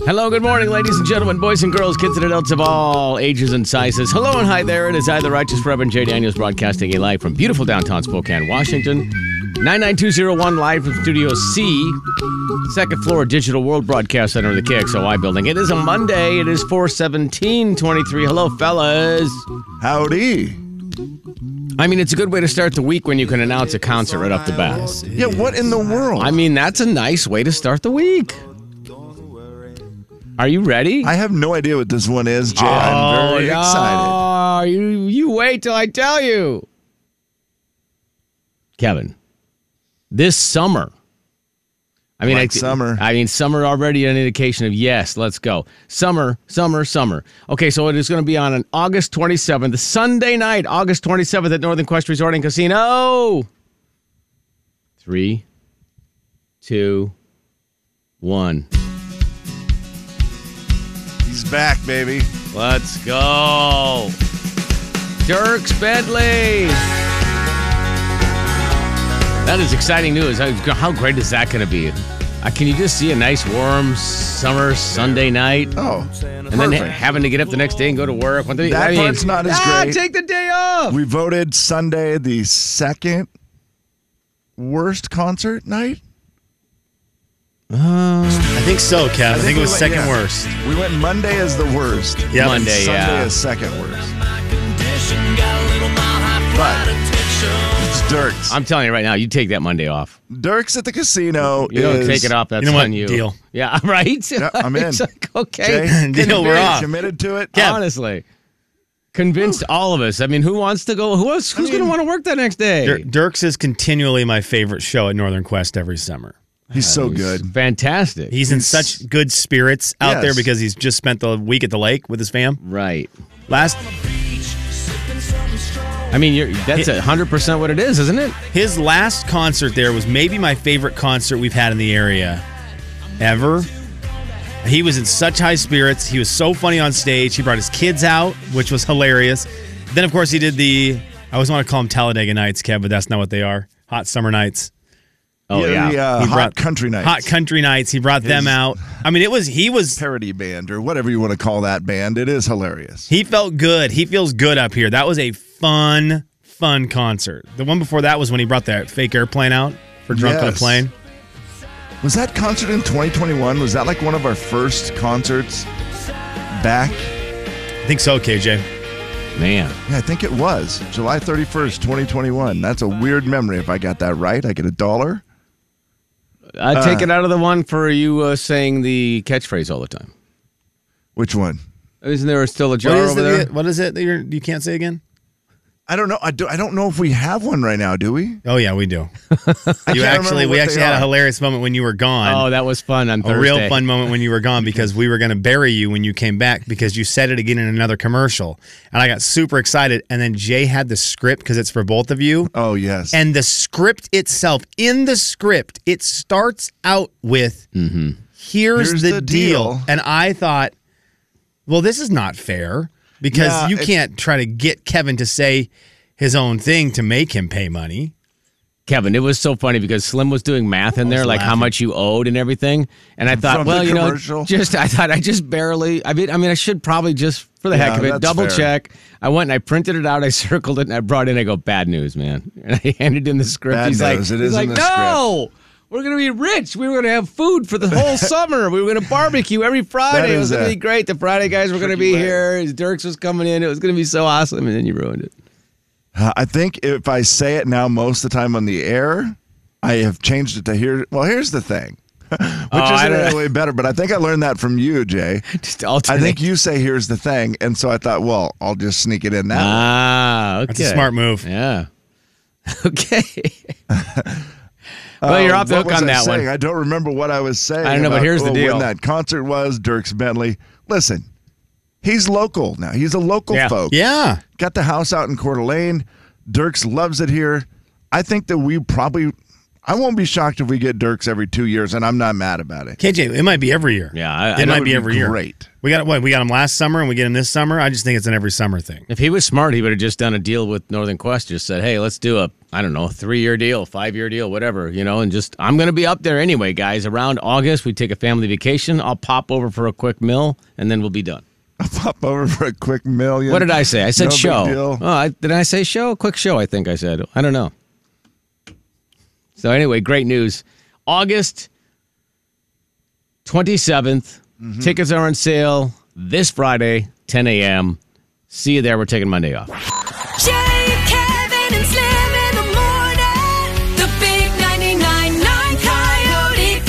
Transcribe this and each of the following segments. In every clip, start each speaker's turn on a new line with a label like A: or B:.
A: Hello, good morning, ladies and gentlemen, boys and girls, kids and adults of all ages and sizes. Hello and hi there. It is I, the Righteous Reverend Jay Daniels, broadcasting a live from beautiful downtown Spokane, Washington. 99201 live from Studio C, second floor Digital World Broadcast Center of the KXOI building. It is a Monday. It is 41723. Hello, fellas.
B: Howdy.
A: I mean, it's a good way to start the week when you can announce a concert right off the bat.
B: Yeah, what in the world?
A: I
B: i
A: mean, that's a nice way to start the week. Are you ready?
B: have no idea what this one is, Jay. I'm very
A: Oh, no.
B: excited.
A: You you wait till I tell you. Kevin, this summer. I mean,
B: Like
A: I,
B: summer.
A: I mean, summer already an indication of yes. Let's go. Summer, summer, summer. Okay, so it is going to be on an August 27th, Sunday night, August 27th at Northern Quest Resort and Casino. Three, two, one.
B: He's back, baby.
A: Let's go. Dirks Bentley. That is exciting news. How, how great is that going to be? Uh, can you just see a nice warm summer Sunday night
B: Oh,
A: and then ha- having to get up the next day and go to work? What do you-
B: That part's not as
A: ah,
B: great.
A: Take the day off.
B: we voted Sunday the second worst concert night.
C: I think so, Kev. I think, it was
B: we went-
C: second
B: yeah.
C: worst.
B: We went Monday as the worst.
C: Yeah.
A: Monday,
B: Sunday
A: yeah.
B: is second worst. But it's Dirks.
A: I'm telling you right now, you take that Monday off.
B: Dirks at the casino.
A: You don't
B: is-
A: take it off. That's
C: know what?
A: on you.
C: Deal.
A: Yeah, right?
B: Yeah, I'm in.
A: It's like, okay.
B: Jay,
C: Deal, we're
B: very
C: off.
B: Committed to it.
C: Kev.
A: Honestly. Convinced all of us. I mean, who wants to go? Who else? Who's going to want to work that next day?
C: Dir- Dirks is continually my favorite show at Northern Quest every summer.
B: He's so good.
A: Fantastic.
C: He's in such good spirits out there
B: Yes.
C: because he's just spent the week at the lake with his fam.
A: right.
C: Last
A: I mean, you're, that's a hundred percent what it is, isn't it?
C: his last concert there was maybe my favorite concert we've had in the area ever. He was in such high spirits. He was so funny on stage. He brought his kids out, which was hilarious. Then, of course, he did the I always want to call them Talladega Nights, Kev, but that's not what they are. Hot summer nights.
A: Oh
B: yeah. the, uh,
C: He
B: hot
C: brought-
B: country night.
C: Hot country nights. He brought them out. I mean, it was he was
B: parody band or whatever you want to call that band. It is hilarious.
C: he felt good. He feels good up here. That was a fun, fun concert. The one before that was when he brought that fake airplane out for drunk on a
B: Yes.
C: plane.
B: Was that concert in 2021? Was that like one of our first concerts back?
C: I think so, KJ.
A: man.
B: Yeah, I think it was July 31st, 2021. That's a weird memory. If I got that right, I get a dollar.
A: I
C: Uh,
A: take it out of the one for you uh, saying the catchphrase all the time.
B: Which one?
A: Isn't there still a
C: What
A: jar
C: is,
A: over there?
C: it, what is it that you're, you can't say again?
B: I don't know. I, do, I don't know if we have one right now, do we?
C: Oh yeah, we do.
B: I
C: You
B: can't remember
C: actually, we
B: what
C: actually
B: they
C: had a
B: are.
C: hilarious moment when you were
A: Oh,
C: gone.
A: that was fun on Thursday.
C: a real fun moment when you were gone because we were going to bury you when you came back because you said it again in another commercial, and I got super excited. And then Jay had the script because it's for both of you.
B: Oh yes.
C: And the script itself, in the script, it starts out with here's,
B: Here's
C: the,
B: the
C: deal.
B: deal.
C: And I thought, well, this is not fair because
B: Yeah,
C: you
B: it-
C: can't try to get Kevin to say his own thing to make him pay money.
A: Kevin, it was so funny because Slim was doing math in there, like how much you owed and everything. And I thought,
B: From the
A: well, you know,
B: commercial.
A: just I thought I just barely. I mean, I mean, I should probably just for the heck
B: Yeah,
A: of it
B: that's
A: double
B: fair.
A: check. I went and I printed it out, I circled it, and I brought in. I go, bad news, man. And I handed him the script.
B: Bad
A: he's
B: news,
A: like,
B: it
A: he's
B: is
A: like,
B: in the script.
A: no. We're gonna be rich. We were gonna have food for the whole summer. We were gonna barbecue every Friday. It
B: is
A: was gonna
B: a
A: be great. The Friday guys were gonna be here. Dirks was coming in. It was gonna be so awesome, and then you ruined it.
B: Uh, I think if I say it now most of the time on the air, I have changed it to here. Well, here's the thing. Which
A: I
B: isn't
A: don't-
B: really better, but I think I learned that from you, Jay.
A: Just alternate.
B: I think you say here's the thing, and so I thought, well, I'll just sneak it in that. way.
A: Ah, okay.
C: That's a smart move.
A: Yeah. Okay. well, you're
B: Um,
A: off the
B: what
A: hook
B: was
A: on
B: I
A: that
B: saying?
A: one.
B: I don't remember what I was saying.
A: I don't know, but
B: about,
A: here's the
B: oh,
A: deal.
B: When that concert was, Dirks Bentley. Listen, he's local now. He's a local
A: Yeah.
B: folk.
C: Yeah.
B: Got the house out in Coeur d'Alene. Dirks loves it here. I think that we probably, I won't be shocked if we get Dirks every two years, and I'm not mad about it.
C: KJ, it might be every year.
A: Yeah, I- I-
C: it
A: that
C: might
B: would
C: be
B: be
C: every year.
B: great.
C: We got what? We got him last summer, and we get him this summer. I just think it's an every summer thing.
A: If he was smart, he would have just done a deal with Northern Quest. Just said, "Hey, let's do a I don't know three year deal, five year deal, whatever you know." And just I'm going to be up there anyway, guys. Around August, we take a family vacation. I'll pop over for a quick meal, and then we'll be done.
B: I'll pop over for a quick million.
A: What did I say? I said
B: No big
A: show.
B: deal.
A: Oh, I, did I say show? Quick show, I think I said. I don't know. So anyway, great news. August 27th.
B: Mm-hmm.
A: Tickets are on sale this Friday, 10 a.m. See you there. We're taking Monday off.
D: Jay, Kevin, and Slim in the morning. The big 99.9 Coyote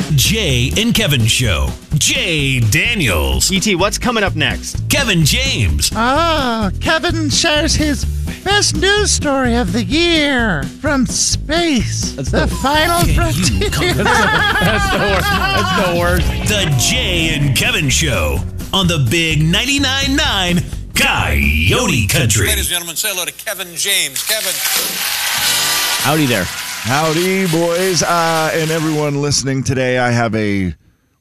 D: Country.
E: Jay and Kevin Show. Jay Daniels.
C: Et, what's coming up next?
E: Kevin James.
B: Ah, Kevin shares his best news story of the year from space. the final
E: You come-
A: That's the worst.
E: the Jay and Kevin Show on the Big 99.9 9 Coyote Country.
F: Ladies and gentlemen, say hello to Kevin James. Kevin.
A: Howdy there.
B: Howdy, boys, uh, and everyone listening today. I have a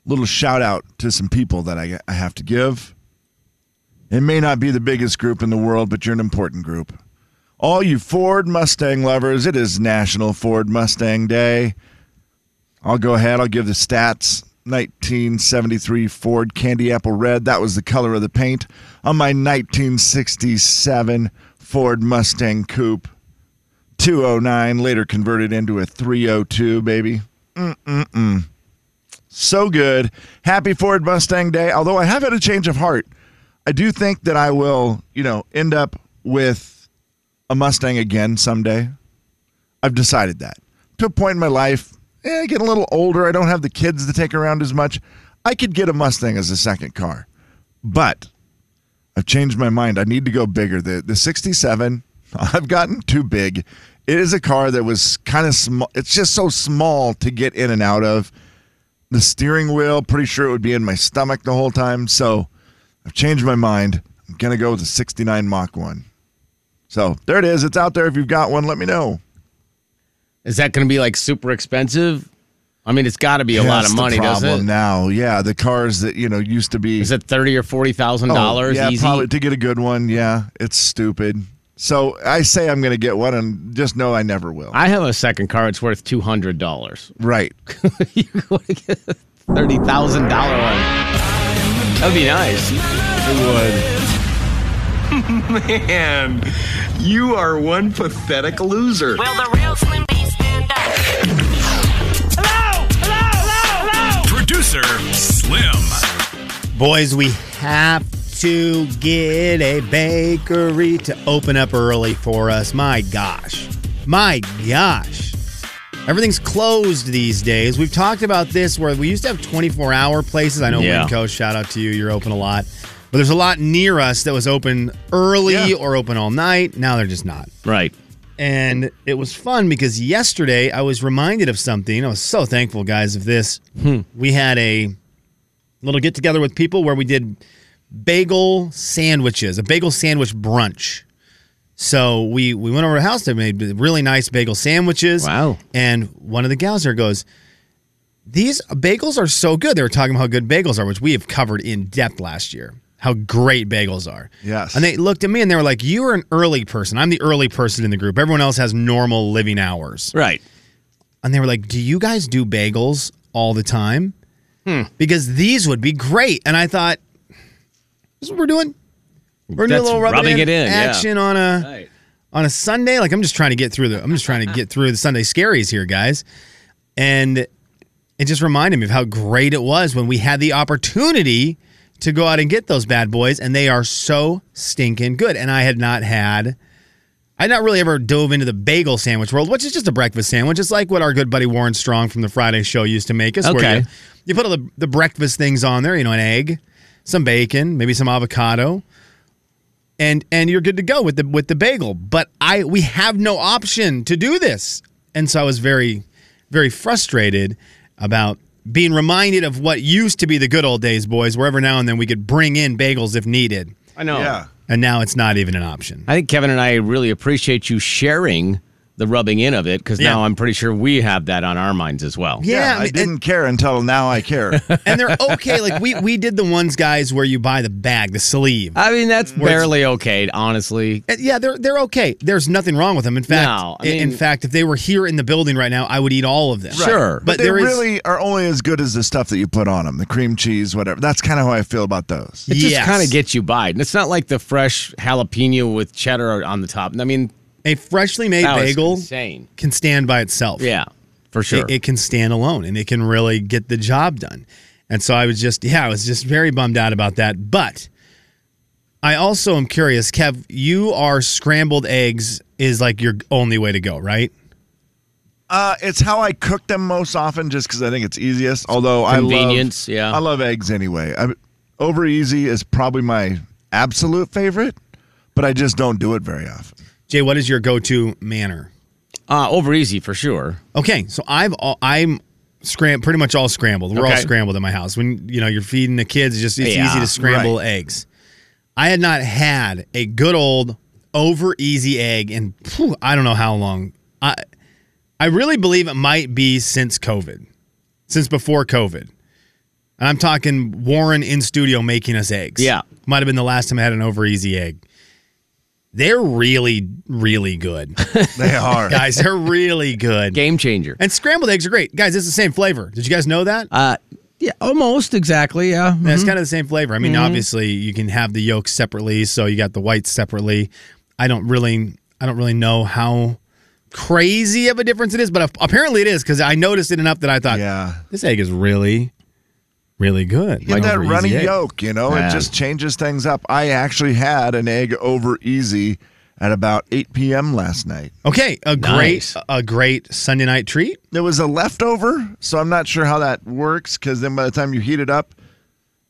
B: little shout out to some people that I, I have to give. It may not be the biggest group in the world, but you're an important group. All you Ford Mustang lovers, it is National Ford Mustang Day. I'll go ahead, I'll give the stats. 1973 Ford Candy Apple Red, that was the color of the paint on my 1967 Ford Mustang Coupe. 209 later converted into a 302 baby Mm-mm-mm. so good happy ford mustang day although i have had a change of heart i do think that i will you know end up with a mustang again someday i've decided that to a point in my life eh, getting a little older i don't have the kids to take around as much i could get a mustang as a second car but I've changed my mind. I need to go bigger. The the 67, I've gotten too big. It is a car that was kind of small. It's just so small to get in and out of. The steering wheel, pretty sure it would be in my stomach the whole time. So I've changed my mind. I'm going to go with the 69 Mach 1. So there it is. It's out there. If you've got one, let me know.
A: Is that going to be like super expensive? I mean, it's got to be a lot
B: That's
A: of money,
B: the problem
A: doesn't it?
B: now. Yeah. The cars that, you know, used to be.
A: Is it thirty or forty thousand
B: Oh,
A: dollars?
B: Yeah,
A: easy.
B: probably to get a good one. Yeah, it's stupid. So I say I'm going to get one, and just know I never will.
A: I have a second car. It's worth two hundred dollars.
B: right.
A: you want to get a thirty thousand dollar one. That'd be nice.
B: It
G: Man, you are one pathetic loser.
D: Will the real Slim B stand up? Hello! Hello! Hello! Hello!
E: Producer Slim.
C: Boys, we have to get a bakery to open up early for us. My gosh. My gosh. Everything's closed these days. We've talked about this where we used to have 24 hour places. I know
A: Yeah.
C: Winco, shout out to you. You're open a lot. But there's a lot near us that was open early
B: Yeah.
C: or open all night. Now they're just not.
A: Right.
C: And it was fun because yesterday I was reminded of something. I was so thankful, guys, of this. We had a little get together with people where we did bagel sandwiches, a bagel sandwich brunch. So we we went over to the house. They made really nice bagel sandwiches.
A: Wow.
C: And one of the gals there goes, "These bagels are so good." They were talking about how good bagels are, which we have covered in depth last year. How great bagels are.
B: Yes.
C: And they looked at me and they were like, "You are an early person. I'm the early person in the group. Everyone else has normal living hours."
A: Right.
C: and they were like, "Do you guys do bagels all the time?"
A: Hmm.
C: Because these would be great. And I thought, "This is what we're doing. We're doing a
A: That's
C: little rubbing,
A: rubbing
C: in
A: it in, yeah.
C: action on a
A: Right.
C: on a Sunday. Like I'm just trying to get through the I'm just trying to get through the Sunday scaries here, guys. And it just reminded me of how great it was when we had the opportunity to go out and get those bad boys, and they are so stinking good. And I had not had I not really ever dove into the bagel sandwich world, which is just a breakfast sandwich. It's like what our good buddy Warren Strong from the Friday show used to make us. Where
A: Okay.
C: you, you put all the, the breakfast things on there, you know, an egg, some bacon, maybe some avocado, and and you're good to go with the with the bagel. But I we have no option to do this. And so I was very, very frustrated about being reminded of what used to be the good old days, boys, where every now and then we could bring in bagels if needed.
A: I know.
B: Yeah.
C: And now it's not even an option.
A: I think Kevin and I really appreciate you sharing the rubbing in of it because
C: Yeah.
A: now I'm pretty sure we have that on our minds as well.
C: Yeah,
B: I,
C: I mean, and-
B: didn't care until now I care.
C: and they're okay. Like we we did the ones guys where you buy the bag, the sleeve.
A: I mean, that's barely okay, honestly.
C: Uh, And yeah, they're they're okay. There's nothing wrong with them. In fact,
A: No, I
C: in- in
A: mean-
C: fact, if they were here in the building right now, I would eat all of them.
A: Sure.
C: but,
B: but they
C: there is
B: really are only as good as the stuff that you put on them the cream cheese, whatever. That's kind of how I feel about those.
A: It just
C: Yes.
A: kind of gets you by. And it's not like the fresh jalapeno with cheddar on the top. I mean,
C: a freshly made
A: that was
C: bagel
A: insane.
C: can stand by itself.
A: Yeah, for sure.
C: it, it can stand alone and it can really get the job done. And so I was just, yeah, I was just very bummed out about that. But I also am curious, Kev, you are scrambled eggs is like your only way to go, right?
B: Uh, it's how I cook them most often, just because I think it's easiest. Although I love-
A: Convenience, yeah.
B: I love eggs anyway. I, over easy is probably my absolute favorite, but I just don't do it very often.
C: Jay, what is your go to manner?
A: uh, over easy for sure.
C: Okay, so I've all, I'm scram pretty much all scrambled. We're all
A: Okay.
C: scrambled in my house. When you know you're feeding the kids, it's just it's
A: Yeah,
C: easy to scramble
B: right.
C: eggs. I had not had a good old over easy egg in phew, I don't know how long. I I really believe it might be since COVID, since before COVID. And I'm talking Warren in studio making us eggs.
A: Yeah.
C: might have been the last time I had an over easy egg. They're really really good,
B: They are.
C: guys. They're really good.
A: Game changer.
C: And scrambled eggs are great. Guys, it's the same flavor. Did you guys know that?
A: Uh, yeah, almost exactly. Yeah.
C: That's
B: mm-hmm.
C: kind of the same flavor. I mean, obviously you can have the yolks separately, so you got the whites separately. I don't really I don't really know how crazy of a difference it is, but ap- apparently it is cuz I noticed it enough that I thought,
B: yeah.
C: this egg is really really good.
B: Get that
C: over
B: runny
C: easy egg.
B: yolk, you know,
A: Man.
B: it just changes things up. I actually had an egg over easy at about 8 p.m. last night.
C: Okay, a
A: Nice.
C: great a great Sunday night treat.
B: It was a leftover, so I'm not sure how that works because then by the time you heat it up,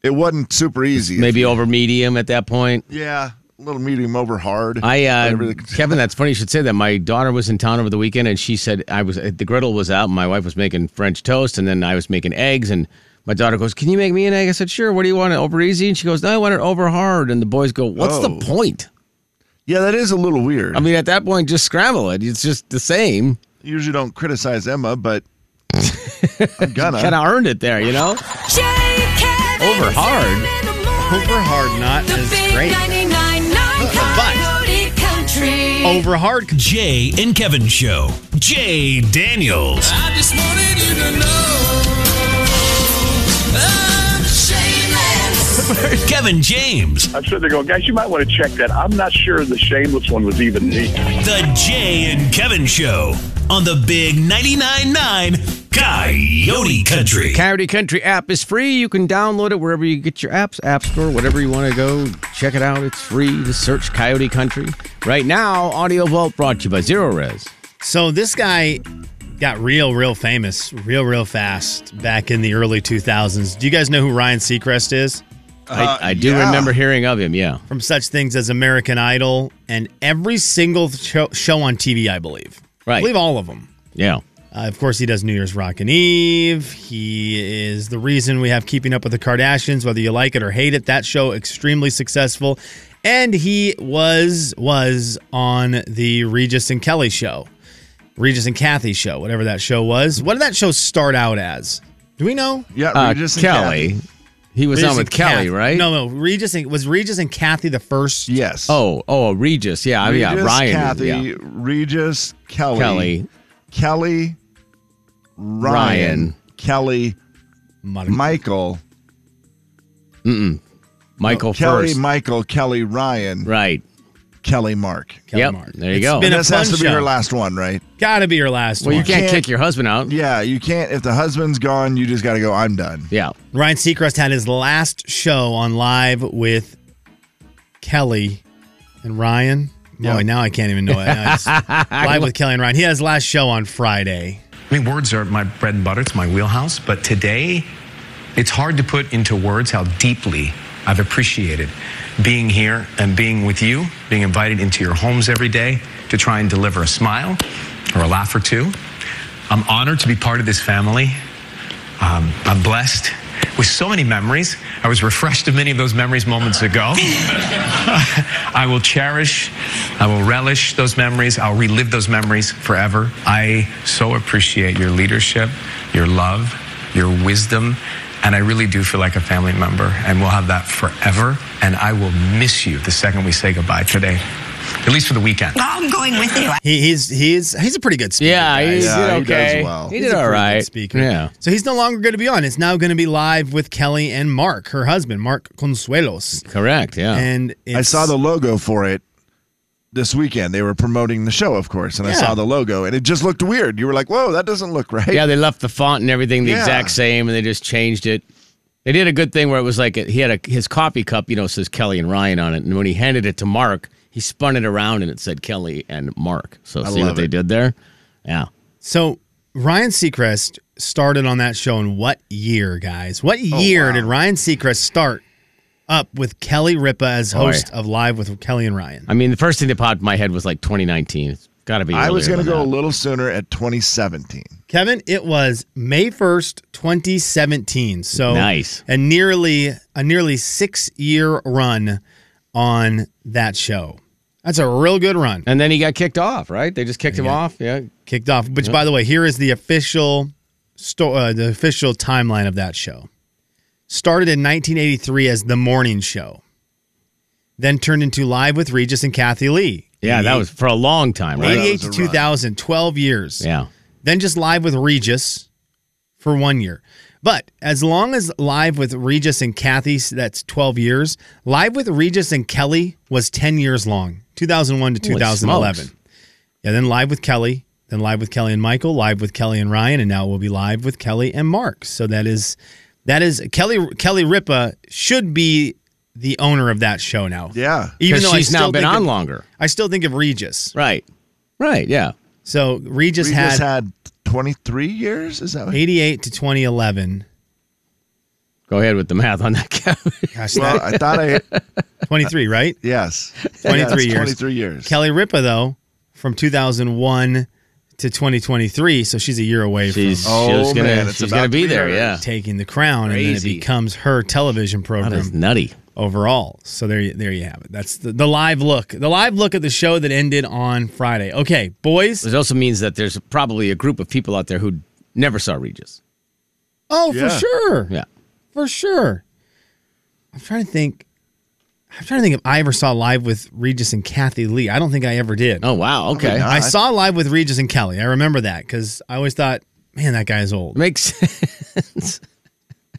B: it wasn't super easy.
A: Maybe over medium at that point.
B: Yeah, a little medium over hard.
A: I uh,
B: whatever the-
A: Kevin, that's funny you should say that. My daughter was in town over the weekend, and she said I was the griddle was out. And my wife was making French toast, and then I was making eggs. And my daughter goes, "Can you make me an egg?" I said, "Sure." What do you want it over easy? And she goes, "No, I want it over hard." And the boys go, "What's
B: Oh.
A: the point?"
B: yeah, that is a little weird.
A: I mean, at that point, just scramble it. It's just the same.
B: usually don't criticize Emma, but I'm gonna.
A: Kind of earned it there, you know.
D: Jay, Kevin,
A: Over
D: and
A: hard?
D: Sam in the morning.
C: Over hard not
D: The
C: is
D: big
C: great.
D: 99.9 Coyote Country.
C: Over hard
E: Jay and Kevin Show. Jay Daniels.
F: I just wanted you to know. I'm shameless.
E: Kevin James.
H: I'm sitting there going, guys, you might want to check that. I'm not sure the shameless one was even me.
E: The Jay and Kevin Show on the Big 99.9 9 Coyote Country.
A: Coyote Country app is free. You can download it wherever you get your apps, App Store, whatever you want to go. Check it out. It's free. Just search Coyote Country. Right now, Audio Vault brought to you by Zero Res.
C: So this guy got real, real famous, real, real fast back in the early 2000s. Do you guys know who Ryan Seacrest is?
B: Uh,
A: I, I do
B: yeah.
A: remember hearing of him, yeah.
C: From such things as American Idol and every single show, show on TV, I believe.
A: Right.
C: I believe all of them.
A: Yeah.
C: Uh, of course, he does New Year's Rockin' Eve. He is the reason we have Keeping Up with the Kardashians, whether you like it or hate it. That show extremely successful, and he was was on the Regis and Kelly show, Regis and Kathy show, whatever that show was. What did that show start out as? Do we know?
B: yeah,
A: Uh,
B: Regis and
A: Kelly.
B: Kathy.
A: He was on with
C: and
A: Kelly,
C: Kath-
A: right?
C: No, no. Regis and, was Regis and Kathy the first?
B: Yes.
A: Oh, oh, Regis. Yeah,
B: Regis,
A: yeah. Ryan.
B: Kathy,
A: yeah.
B: Regis, Kelly,
A: Kelly.
B: Kelly, Ryan,
A: Ryan.
B: Kelly,
C: Mon-
B: Michael,
A: Michael
B: Kelly,
A: first.
B: Michael, Kelly, Ryan,
A: right.
B: Kelly, Mark.
C: Kelly
A: yep.
C: Mark.
A: There you
C: It's
A: go.
C: been a
B: This has
C: fun
B: to be
C: show.
B: her last one, right?
C: Gotta be your last
A: well, you
C: one.
A: can't,
B: can't-
A: kick your husband out. Yeah.
B: Yeah, you can't. If the husband's gone, you just got to go. I'm done.
C: Ryan Seacrest had his last show on live with Kelly and Ryan. Boy, now I can't even know it. Now it's live with Kelly and Ryan. He has his last show on Friday.
I: I mean, words are my bread and butter, it's my wheelhouse, but today it's hard to put into words how deeply I've appreciated being here and being with you, being invited into your homes every day to try and deliver a smile or a laugh or two. I'm honored to be part of this family. Um, I'm blessed with so many memories. I was refreshed of many of those memories moments ago. Oh. I will cherish, I will relish those memories, I'll relive those memories forever. I so appreciate your leadership, your love, your wisdom, and I really do feel like a family member, and we'll have that forever. And I will miss you the second we say goodbye today, at least for the weekend.
J: I'm going with you.
C: He, he's he's he's a pretty good speaker.
A: Yeah, he
C: guys.
A: did Yeah, he does okay. well. He
C: He's
A: did
C: a
A: all
C: pretty
A: right.
C: Good speaker.
A: Yeah.
C: So he's no longer going to be on. It's now going to be live with Kelly and Mark, her husband, Mark Consuelos.
A: Correct. Yeah.
C: And
B: I
C: it's-
B: saw the logo for it this weekend. They were promoting the show, of course, and I
A: Yeah.
B: saw the logo, and it just looked weird. You were like, "Whoa, that doesn't look right."
A: Yeah, they left the font and everything the
B: Yeah.
A: exact same, and they just changed it. They did a good thing where it was like he had a his coffee cup, you know, says Kelly and Ryan on it, and when he handed it to Mark, he spun it around and it said Kelly and Mark. So
C: I
A: see what
C: love
A: they
C: it.
A: did there. Yeah,
C: So Ryan Seacrest started on that show in what year, guys? What
A: Oh,
C: year did Ryan Seacrest start up with Kelly Ripa as
A: Boy.
C: host of Live with Kelly and Ryan?
A: I mean, the first thing that popped in my head was like 2019. It's got to be.
B: I was
A: earlier
B: going to
A: than
B: go a
A: that.
B: little sooner at 2017.
C: Kevin, it was May 1st, 2017. So
A: Nice.
C: And nearly a nearly 6-year run on that show. That's a real good run.
A: And then he got kicked off, right? They just kicked him off. Yeah.
C: Kicked off. Which by the way, here is the official sto- uh, the official timeline of that show. Started in 1983 as The Morning Show. Then turned into Live with Regis and Kathy Lee.
A: Yeah, that was for a long time, right?
C: 88 to 2000, 12 years.
A: Yeah.
C: Then just live with Regis for one year. But as long as live with Regis and Kathy, that's 12 years, live with Regis and Kelly was 10 years long, 2001 to
A: Holy
C: 2011.
A: smokes.
C: Yeah, then live with Kelly, then live with Kelly and Michael, live with Kelly and Ryan, and now we'll be live with Kelly and Mark. So that is that is Kelly Kelly Ripa should be the owner of that show now.
B: Yeah.
C: Even
A: 'Cause
C: though I
A: she's now
C: still
A: been
C: think
A: on
C: of-
A: longer.
C: I still think of Regis.
A: Right. Right. Yeah.
C: So Regis,
B: Regis
C: had,
B: had 23 years. Is that what?
C: 88 to 2011.
A: Go ahead with the math on that, Kevin.
C: Gosh,
B: Well, I
C: that-
B: thought I
C: 23, right?
B: yes.
C: 23
B: Yes,
C: years.
B: 23 years.
C: Kelly Ripa, though, from 2001 to 2023. So she's a year away
A: She's,
C: from
A: she's gonna, she's gonna be there. Yeah.
C: taking the crown, and then
A: Crazy.
C: it becomes her television program.
A: That is nutty.
C: overall. So there, you- there you have it. That's the, the live look. The live look at the show that ended on Friday. Okay, boys.
A: It also means that there's probably a group of people out there who never saw Regis.
C: Oh,
A: Yeah.
C: for sure.
A: Yeah.
C: For sure. I'm trying to think. I'm trying to think if I ever saw live with Regis and Kathy Lee. I don't think I ever did.
A: Oh wow. Okay.
C: I saw live with Regis and Kelly. I remember that because I always thought, man, that guy's old.
A: Makes sense.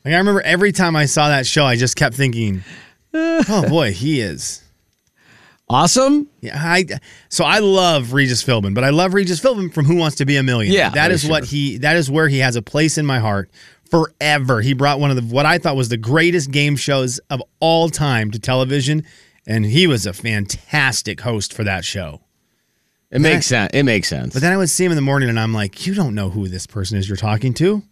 C: Like I remember every time I saw that show, I just kept thinking, oh boy, he is.
A: Awesome.
C: Yeah, I so I love Regis Philbin, but I love Regis Philbin from Who Wants to Be a Millionaire.
A: Yeah,
C: that
A: for
C: is what
A: sure.
C: he that is where he has a place in my heart forever. He brought one of the what I thought was the greatest game shows of all time to television, and he was a fantastic host for that show.
A: It makes sense. It makes sense.
C: But then I would see him in the morning, and I'm like, you don't know who this person is you're talking to.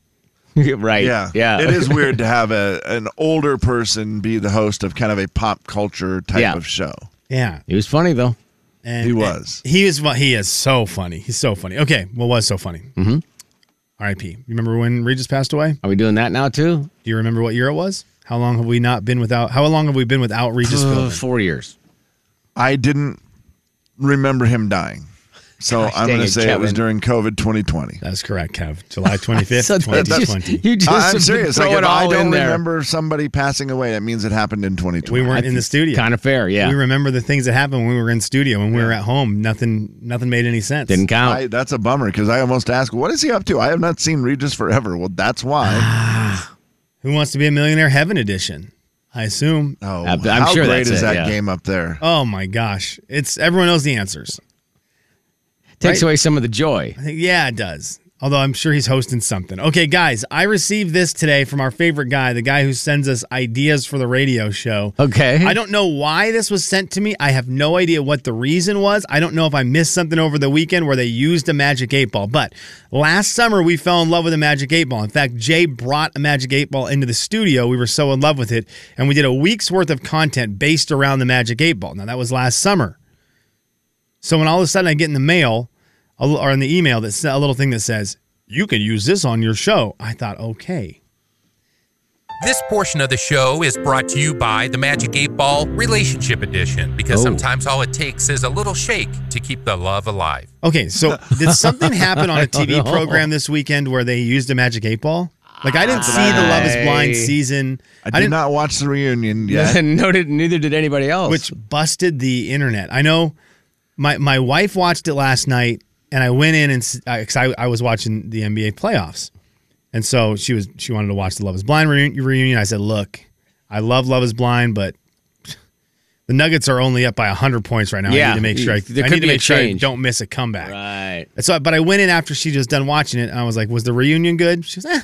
A: right.
B: Yeah.
A: Yeah.
B: It is weird to have a an older person be the host of kind of a pop culture type
A: Yeah.
B: of show.
C: Yeah,
A: He was funny though.
C: and,
B: He was.
C: He is. fu- He is so funny. He's so funny. Okay, what was so funny? Mm-hmm. R.I.P. You remember when Regis passed away?
A: Are we doing that now too?
C: Do you remember what year it was? How long have we not been without? How long have we been without Regis
A: Uh,
C: Philbin?
A: four years.
B: I didn't remember him dying. So
A: Gosh,
B: I'm
A: dang
B: going to
A: it,
B: say it was
A: Kevin.
B: during COVID 2020.
C: That's correct, Kev. July twenty fifth,
A: So that-
C: twenty
A: that's-
C: twenty.
A: You just
B: I-
A: have
B: I'm
A: been
B: serious. Like,
A: throwing
B: if I
A: all in
B: don't
A: there.
B: remember somebody passing away, that means it happened in 2020.
C: We weren't in the studio.
A: Kind of fair. Yeah.
C: We remember the things that happened when we were in studio. When we were at home, nothing, nothing made any sense.
A: Didn't count.
B: I, that's a bummer because I almost asked, "What is he up to?" I have not seen Regis forever. Well, that's why.
C: Who wants to be a millionaire? Heaven edition. I assume.
B: Oh,
A: I'm
B: how
A: sure
B: great
A: that's
B: is
A: it,
B: that
A: yeah.
B: game up there?
C: Oh my gosh! It's everyone knows the answers.
A: Takes
C: right?
A: away some of the joy.
C: I think yeah, it does. Although I'm sure he's hosting something. Okay, guys, I received this today from our favorite guy, the guy who sends us ideas for the radio show.
A: Okay.
C: I don't know why this was sent to me. I have no idea what the reason was. I don't know if I missed something over the weekend where they used a Magic 8 Ball. But last summer, we fell in love with a Magic 8 Ball. In fact, Jay brought a Magic 8 Ball into the studio. We were so in love with it. And we did a week's worth of content based around the Magic 8 Ball. Now, that was last summer. So when all of a sudden I get in the mail a l- or in the email that's a little thing that says, you can use this on your show, I thought, okay.
J: This portion of the show is brought to you by the Magic 8 Ball Relationship Edition because
C: Oh.
J: sometimes all it takes is a little shake to keep the love alive.
C: Okay, so did something happen on
J: I
C: a
J: don't
C: TV
J: know.
C: program this weekend where they used a Magic 8 Ball? Like, I didn't see the Love is Blind season.
B: I did not watch the reunion yet.
C: did, neither did anybody else. Which busted the internet. I know my my wife watched it last night, and I went in and s- I, 'cause I, I was watching the NBA playoffs, and so she was she wanted to watch the Love is Blind reu- reunion. I said, look, I love Love is Blind, but the Nuggets are only up by hundred points right now. I
A: Yeah.
C: need to make sure I,
A: There
C: I
A: could
C: need
A: be
C: to
A: a
C: make sure I
A: change.
C: don't miss a comeback.
A: Right.
C: And So, but I went in after she just done watching it, and I was like, "Was the reunion good?" She was, "Eh,"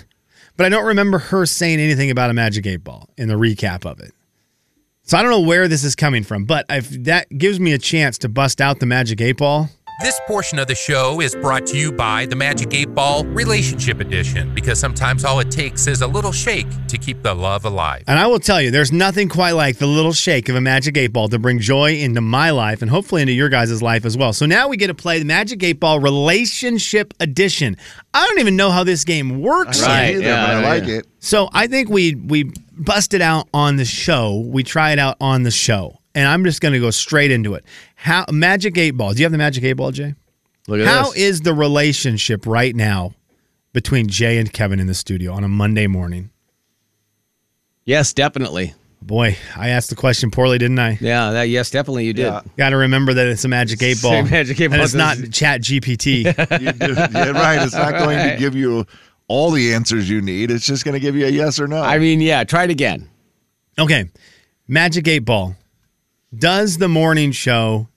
C: but I don't remember her saying anything about a Magic Eight Ball in the recap of it. So I don't know where this is coming from, but if that gives me a chance to bust out the Magic Eight Ball,
J: This portion of the show is brought to you by the Magic 8 Ball Relationship Edition because sometimes all it takes is a little shake to keep the love alive.
C: and I will tell you, there's nothing quite like the little shake of a Magic Eight Ball to bring joy into my life and hopefully into your guys' life as well. So now we get to play the Magic Eight Ball Relationship Edition. I don't even know how this game
B: I
C: works.
B: don't Right, either, yeah, but I I don't like either. it.
C: So I think we we bust it out on the show. We try it out on the show, and I'm just going to go straight into it. How Magic Eight Ball? Do you have the Magic Eight Ball, Jay?
A: Look at
C: How
A: this.
C: is the relationship right now between Jay and Kevin in the studio on a Monday morning?
A: Yes, definitely.
C: Boy, I asked the question poorly, didn't I?
A: Yeah, that, yes, definitely you did.
C: Got to remember that it's a Magic Eight Ball.
A: Say Magic Eight
C: and
A: Ball
C: It's not
A: doesn't-
C: Chat GPT.
B: yeah, right. It's not going to give you all the answers you need. It's just going to give you a yes or no. I
A: mean, yeah, try it again.
C: Okay. Magic 8 Ball. Does the morning show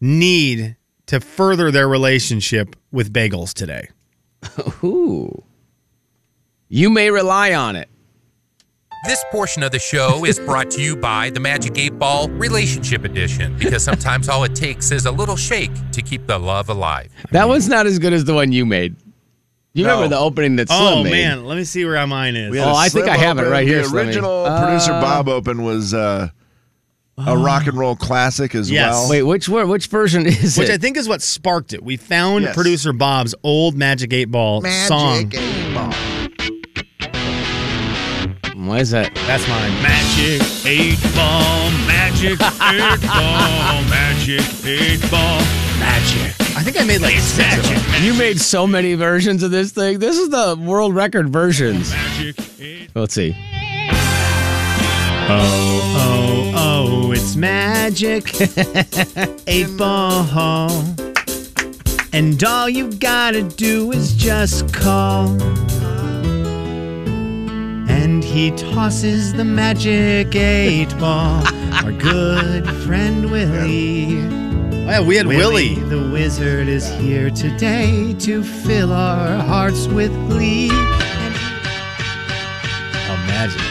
C: need to further their relationship with bagels today?
A: Ooh. You may rely on it.
J: This portion of the show is brought to you by the Magic 8 Ball Relationship Edition because sometimes all it takes is a little shake to keep the love alive.
A: That one's not as good as the one you made. You remember the opening that Slim
C: Oh,
A: made.
C: man. Let me see where mine is.
A: We had a Oh, I think Slim I have it open. right here,
B: the
A: Slimmy.
B: original producer
A: Uh,
B: Bob open was uh, a
C: Oh.
B: rock and roll classic as well.
A: Wait, which one? Which version is
C: Which
A: it?
C: I think is what sparked it. We found
B: Yes.
C: producer Bob's old Magic 8 Ball song.
A: Why is that?
C: That's mine.
D: Magic eight ball, magic eight ball, magic eight ball, magic.
C: I think I made like
D: It's
C: six of
D: magic.
C: them.
A: You made so many versions of this thing. This is the world record versions. Let's see.
C: Oh, oh, it's magic. Eight ball. And all you gotta do is just call. And he tosses the magic eight ball. Our good friend Willie. yeah, we had Willie. The wizard is here today to fill our hearts with glee. Oh, magic.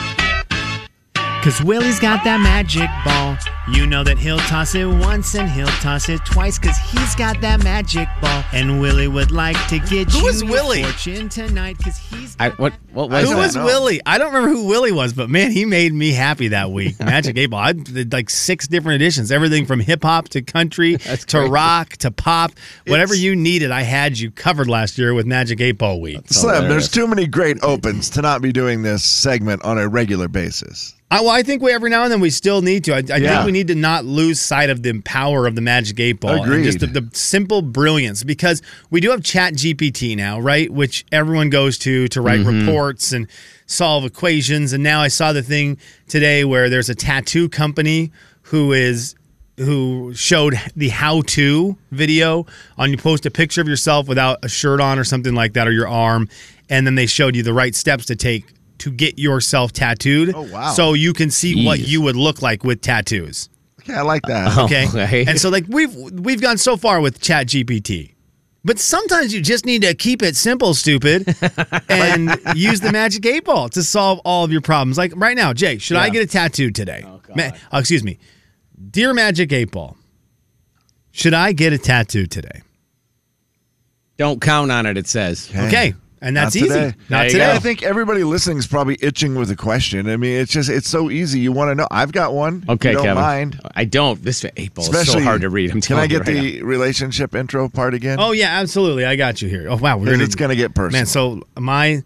C: Cause Willie's got that magic ball. You know that he'll toss it once and he'll toss it twice cause he's got that magic ball. And Willie would like to get you your fortune tonight cause he's
A: I, what? What
C: I
A: was
C: who
A: that?
C: was Willie? I don't remember who Willie was, but man, he made me happy that week. Magic Eight Ball. I did like six different editions, everything from hip hop to country to
A: great.
C: rock to pop, whatever you needed. I had you covered last year with Magic Eight Ball Week.
A: Oh,
B: Slim, there's too many great opens to not be doing this segment on a regular basis.
C: I, well, I think we every now and then we still need to. I, I
B: Yeah.
C: think we need to not lose sight of the power of the Magic Eight Ball and just the,
B: Agreed.
C: the simple brilliance because we do have Chat GPT now, right? Which everyone goes to to write
B: Mm-hmm.
A: Mhm.
C: reports and solve equations. And now I saw the thing today where there's a tattoo company who is who showed the how to video on you post a picture of yourself without a shirt on or something like that or your arm and then they showed you the right steps to take to get yourself tattooed. Oh
B: wow.
C: So you can see what
B: Jeez.
C: you would look like with tattoos.
A: Uh-huh.
B: Oh, Okay, I like that.
A: Oh,
C: Okay. And so like we've we've gone so far with Chat GPT. But sometimes you just need to keep it simple, stupid, and use the magic eight ball to solve all of your problems. Like right now, Jay, should I
K: Yeah.
C: get a tattoo today? Ma- oh, excuse me. Dear Magic Eight Ball, should I get a tattoo today?
A: Don't count on it, it says.
C: Okay. And that's
B: Not
C: easy.
B: today.
C: Not
B: And
C: today.
B: I think everybody listening is probably itching with a question. I mean, it's just it's so easy. You want to know. I've got one.
A: Okay,
B: you don't
A: Kevin.
B: mind.
A: I don't. This eight ball is so hard to read. I'm
B: can I
A: telling you
B: get
A: right
B: the relationship intro part again?
C: Oh yeah, absolutely. I got you here. Oh wow, we're
B: 'Cause
C: gonna,
B: it's gonna get personal.
C: Man, so my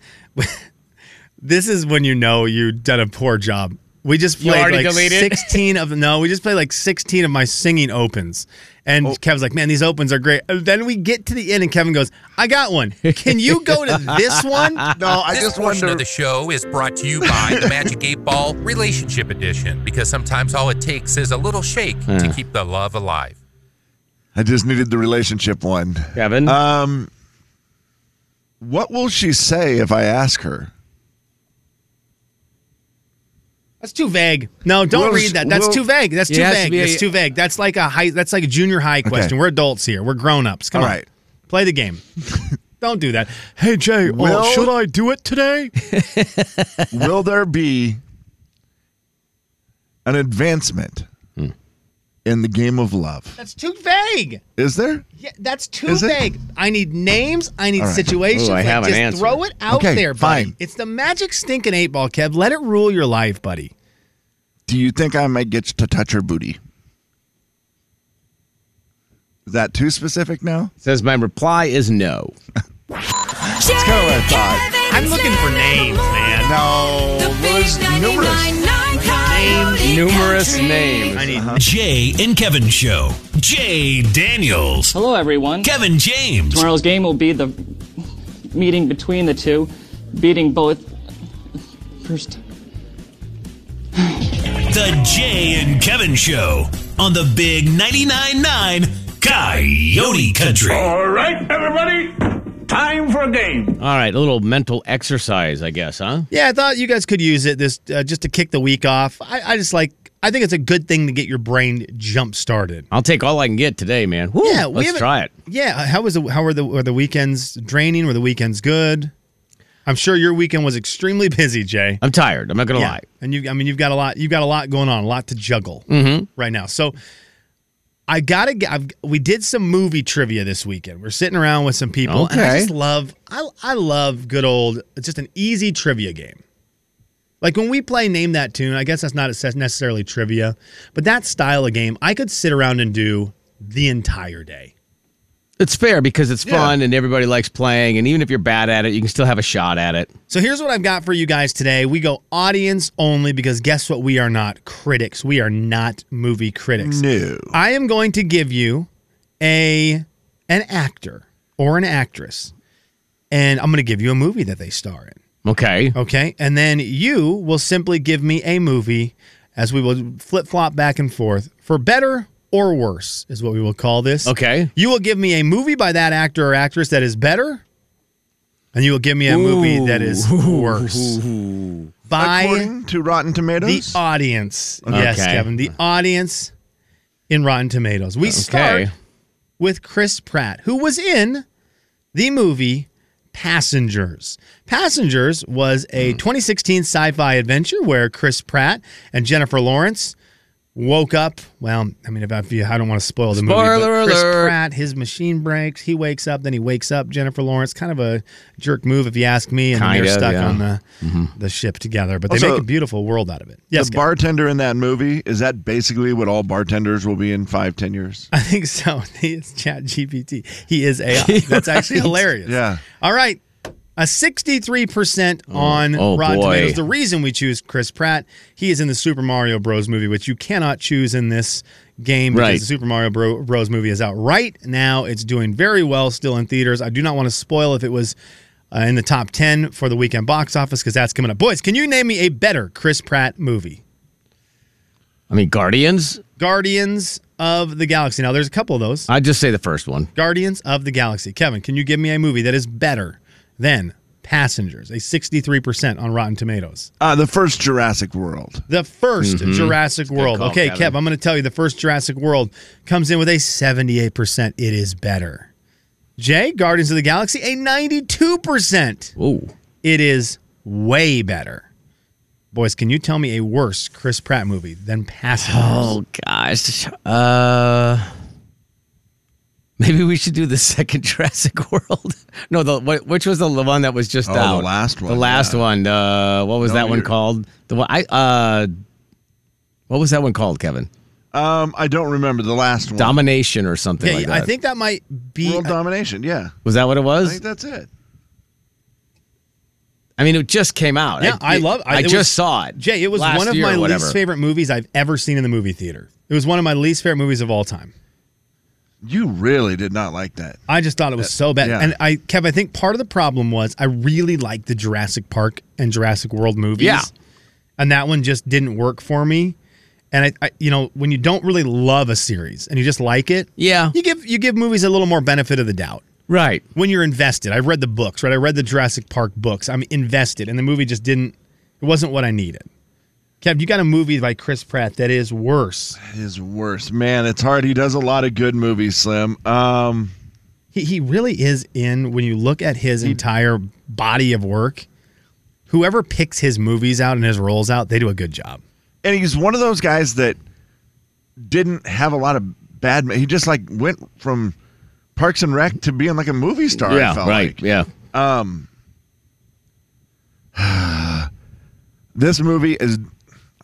C: this is when you know you've done a poor job. We just
A: You
C: played
A: already
C: like
A: deleted?
C: sixteen of no, we just played like sixteen of my singing opens,
B: Oh.
C: and Kevin's like, "Man, these opens are great." And then we get to the end, and Kevin goes, "I got one. Can you go to this one?"
J: this portion of the show is brought to you by the Magic Eight Ball Relationship Edition because sometimes all it takes is a little shake to
B: Yeah.
J: keep the love alive.
B: I just needed the relationship one.
A: Kevin.
B: Um what will she say if I ask her?
C: That's too vague. No, don't
B: Will-
C: read that. That's
B: will-
C: too vague. That's
B: It
C: too
B: has to
C: vague.
B: be a-
C: That's too vague. That's like a high. That's like a junior high question. We're adults here. We're grown ups. Come
B: All
C: on,
B: right.
C: play the game. don't do that. Hey Jay,
B: Will-
C: should I do it today?
B: will there be an advancement
J: Hmm.
B: in the game of love?
C: That's too vague.
B: Is there?
C: Yeah, that's too
B: Is it?
C: vague. I need names. I need
B: All right.
C: situations.
B: Ooh, I
C: Like,
B: have an
C: just
B: answer.
C: throw it out
B: Okay,
C: there, buddy.
B: fine.
C: It's the magic stinking eight ball, Kev. Let it rule your life, buddy.
B: Do you think I might get to touch her booty? Is that too specific now?
A: It says my reply is no.
B: That's kind of what I thought.
C: I'm looking for names, man.
B: No, there's numerous.
A: Numerous names.
E: I need Jay and Kevin Show. Jay Daniels.
L: Hello, everyone.
E: Kevin James.
L: Tomorrow's game will be the meeting between the two, beating both first.
E: The Jay and Kevin Show on the Big 99.9 Coyote Country. All right, everybody, time for a game.
A: All right, a little mental exercise, I guess, huh?
C: Yeah, I thought you guys could use it this uh, just to kick the week off. I, I just like. I think it's a good thing to get your brain jump started.
A: I'll take all I can get today, man. Woo,
C: Yeah, we
A: let's
C: haven't-
A: try it.
C: Yeah, uh, how was the, how were the were the weekends draining? Were the weekends good? I'm sure your weekend was extremely busy, Jay.
A: I'm tired. I'm not gonna
C: Yeah.
A: lie.
C: And you, I mean, you've got a lot. You've got a lot going on, a lot to juggle
A: Mhm.
C: right now. So I gotta. g- I've, we did some movie trivia this weekend. We're sitting around with some people, and I
B: Okay.
C: just love. I I love good old. It's just an easy trivia game. Like when we play Name That Tune, I guess that's not necessarily trivia, but that style of game, I could sit around and do the entire day.
A: It's fair because it's fun and everybody likes playing, and even if you're bad at it, you can still have a shot at it.
C: So here's what I've got for you guys today. We go audience only because guess what? We are not critics. We are not movie critics.
B: No.
C: I am going to give you a an actor or an actress, and I'm going to give you a movie that they star in.
A: Okay.
C: Okay. And then you will simply give me a movie as we will flip flop back and forth for better or worse, is what we will call
B: Oh.
C: this.
A: Okay.
C: You will give me a movie by that actor or actress that is better, and you will give me a movie that is
B: Ooh.
C: worse. By
B: According to Rotten
C: the
B: Tomatoes?
C: audience. Yes,
B: Okay.
C: Kevin. The audience in Rotten Tomatoes. We start with Chris Pratt, who was in the movie Passengers. Passengers was a
A: Hmm.
C: 2016 sci fi adventure where Chris Pratt and Jennifer Lawrence woke up. Well, I mean, if I, if you- I don't want to spoil the movie.
A: Spoiler
C: but Chris
A: alert.
C: Pratt, his machine breaks. He wakes up, then he wakes up. Jennifer Lawrence, kind of a jerk move, if you ask me. And then
A: Kind
C: they're
A: of,
C: stuck
A: yeah. Mm-hmm.
C: on the, the ship together. But they
B: Also-
C: make a beautiful world out of it. Yes,
B: the
C: Kevin.
B: bartender in that movie, is that basically what all bartenders will be in five, ten years?
C: I think so. He is Chat GPT. He is AI. That's actually
B: Right.
C: hilarious.
B: Yeah.
C: All right. A 63% on
B: Oh, oh,
C: Rotten
B: boy.
C: Tomatoes. The reason we choose Chris Pratt, he is in the Super Mario Bros. movie, which you cannot choose in this game because
A: Right.
C: the Super Mario Bro- Bros. movie is out right now. It's doing very well still in theaters. I do not want to spoil if it was uh, in the top 10 for the weekend box office because that's coming up. Boys, can you name me a better Chris Pratt movie?
A: I mean, Guardians.
C: Guardians of the Galaxy. Now, there's a couple of those.
A: I'd just say the first one.
C: Guardians of the Galaxy. Kevin, can you give me a movie that is better than Passengers? A 63% on Rotten Tomatoes.
B: Uh, the first Jurassic World.
C: The 1st
B: Mhm.
C: Jurassic
B: That's a good
C: World.
B: call,
C: okay,
B: Kevin.
C: Kev, I'm going to tell you the first Jurassic World comes in with a 78%. It is better Jay, Guardians of the Galaxy, a 92%.
A: Whoa.
C: It is way better. Boys, can you tell me a worse Chris Pratt movie than Passengers?
K: Oh gosh. Uh maybe we should do the second Jurassic World.
A: No, the what, which was the one that was just
K: Oh,
B: the
A: out?
B: last
A: The
B: one,
A: last
B: yeah.
A: one. Uh, what was
B: No,
A: that one
B: you're-
A: called? The one I uh, what was that one called, Kevin?
B: Um, I don't remember the last one.
A: Domination or something
C: Yeah,
A: like
C: I
A: that.
C: think that might be
B: World domination. Yeah,
A: was that what it
B: I
A: was?
B: think that's it.
A: I mean, it just came out.
C: Yeah, I, love.
A: I,
C: it
A: just
C: was-
A: saw it.
C: Jay, it was
A: last
C: one of
A: year or
C: my
A: whatever.
C: least favorite movies I've ever seen in the movie theater. It was one of my least favorite movies of all time.
B: You really did not like that.
C: I just thought
A: Uh,
C: it was so bad.
B: yeah.
C: And I, Kev, I think part of the problem was I really liked the Jurassic Park and Jurassic World movies.
A: Yeah.
C: And that one just didn't work for me. And I, I you know, when you don't really love a series and you just like it,
A: yeah,
C: you give you give movies a little more benefit of the doubt.
A: Right.
C: When you're invested. I've read the books, right? I read the Jurassic Park books. I'm invested and the movie just didn't it wasn't what I needed. Kev, you got a movie by Chris Pratt that is worse.
B: His worst man. It's hard. He does a lot of good movies. Slim. Um,
C: he, he really is in when you look at his
B: Hmm.
C: entire body of work whoever picks his movies out and his roles out they do a good job
B: and he's one of those guys that didn't have a lot of bad. He just like went from Parks and Rec to being like a movie star. it
A: Yeah,
B: felt
A: right. Yeah.
B: Like. Um, this movie is,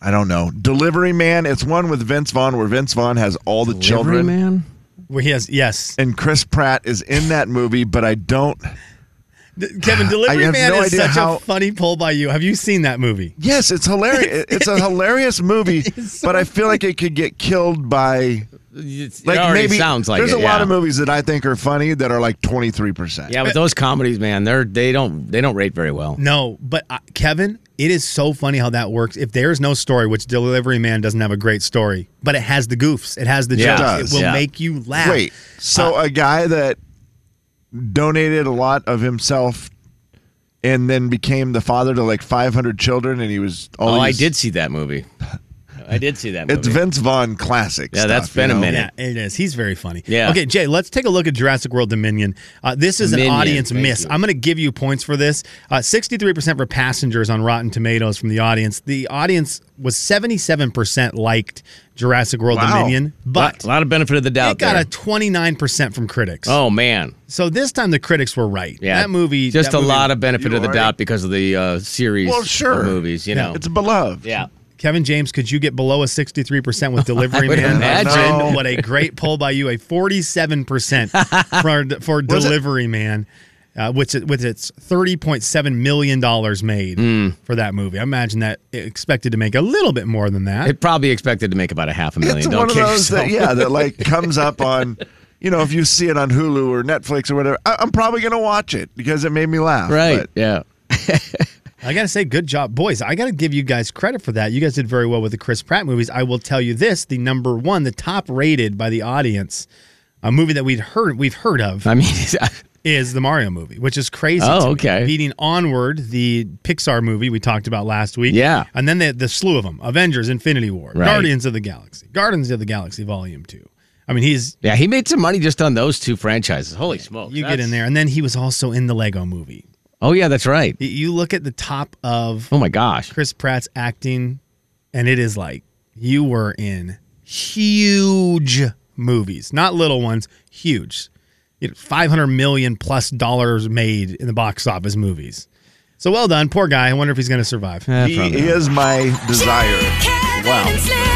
B: I don't know, Delivery Man. It's one with Vince Vaughn where Vince Vaughn has all the children.
A: Man?
C: where he has yes
B: And Chris Pratt is in that movie, but I don't.
C: D- kevin
B: I
C: delivery
B: have
C: man
B: no
C: is
B: idea
C: such
B: how-
C: a funny pull by you have you seen that movie
B: Yes, it's hilarious. It's a hilarious movie, but I feel like it could get killed by.
A: It's-
B: Like
A: it already
B: maybe
A: sounds like
B: there's
A: it,
B: a lot
A: yeah.
B: of movies that I think are funny that are like 23 percent.
A: Yeah, but those comedies, man, they're they don't they don't rate very well.
C: no but uh, kevin it is so funny how that works if there's no story which delivery man doesn't have a great story but it has the goofs it has the
B: Yeah.
C: jokes
B: It
C: it,
B: does,
C: will
B: yeah.
C: make you laugh
B: Wait, so
A: Uh,
B: a guy that donated a lot of himself and then became the father to like 500 children, and he was all
A: oh, I
B: these-
A: did see that movie. I did see that movie.
B: It's Vince Vaughn classic.
A: Yeah, that's
B: stuff, you
A: been a
B: know?
A: minute.
C: Yeah, it is. He's very funny.
A: Yeah.
C: Okay, Jay, let's take a look at Jurassic World Dominion. Uh, this is
A: Dominion,
C: an audience
A: thank
C: miss.
A: you.
C: I'm going to give you points for this. Uh, 63% for passengers on Rotten Tomatoes from the audience. The audience was 77% liked Jurassic World
A: Wow.
C: Dominion, but
A: a lot of benefit of the doubt.
C: it got
A: there.
C: a 29% from critics.
A: oh man,
C: So this time the critics were right.
A: yeah,
C: That movie.
A: Just
C: that
A: a
C: movie-
A: lot of benefit of the doubt because of the uh, series.
C: Well, sure.
A: of movies, you
C: Yeah.
A: know.
C: It's
B: beloved.
A: Yeah.
C: Kevin James, could you get below a 63% with Delivery
A: I would
C: Man?
A: imagine.
C: No. What a great poll by you. A 47% for, for
A: Was it-
C: Delivery Man, uh, which it- with its $30.7 million made
A: Hmm.
C: for that movie. I imagine that it expected to make a little bit more than that.
A: It probably expected to make about a half a million.
B: It's
A: Don't
B: one of
A: kid
B: those that
A: yourself.
B: yeah that like comes up on, you know, if you see it on Hulu or Netflix or whatever, I, I'm probably gonna watch it because it made me laugh.
A: right.
B: but-
A: yeah.
C: I got to say, good job, boys. I got to give you guys credit for that. You guys did very well with the Chris Pratt movies. I will tell you this the number one, the top rated by the audience, a movie that we'd heard, we've heard of.
A: I mean,
C: is the Mario movie, which is crazy.
A: Oh,
C: to me.
A: okay.
C: Beating Onward, the Pixar movie we talked about last week.
A: Yeah.
C: And then the, the slew of them Avengers, Infinity War,
A: Right.
C: Guardians of the Galaxy, Guardians of the Galaxy Volume 2. I mean, he's.
A: yeah, he made some money just on those two franchises. Holy smokes!
C: You
A: Oh, that's-
C: get in there. And then he was also in the Lego movie.
A: Oh yeah, that's right.
C: Y- You look at the top of
A: Oh my gosh.
C: Chris Pratt's acting, and it is like you were in huge movies, not little ones, huge. You know, 500 million plus dollars made in the box office movies. So well done. Poor guy. I wonder if he's going to survive.
B: He is my desire. Wow.